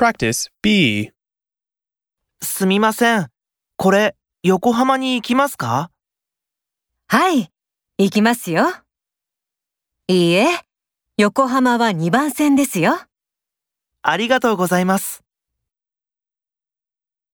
Practice B. すみません。これ、横浜に行きますかはい、行きますよ。いいえ、横浜は2番線ですよ。ありがとうございます。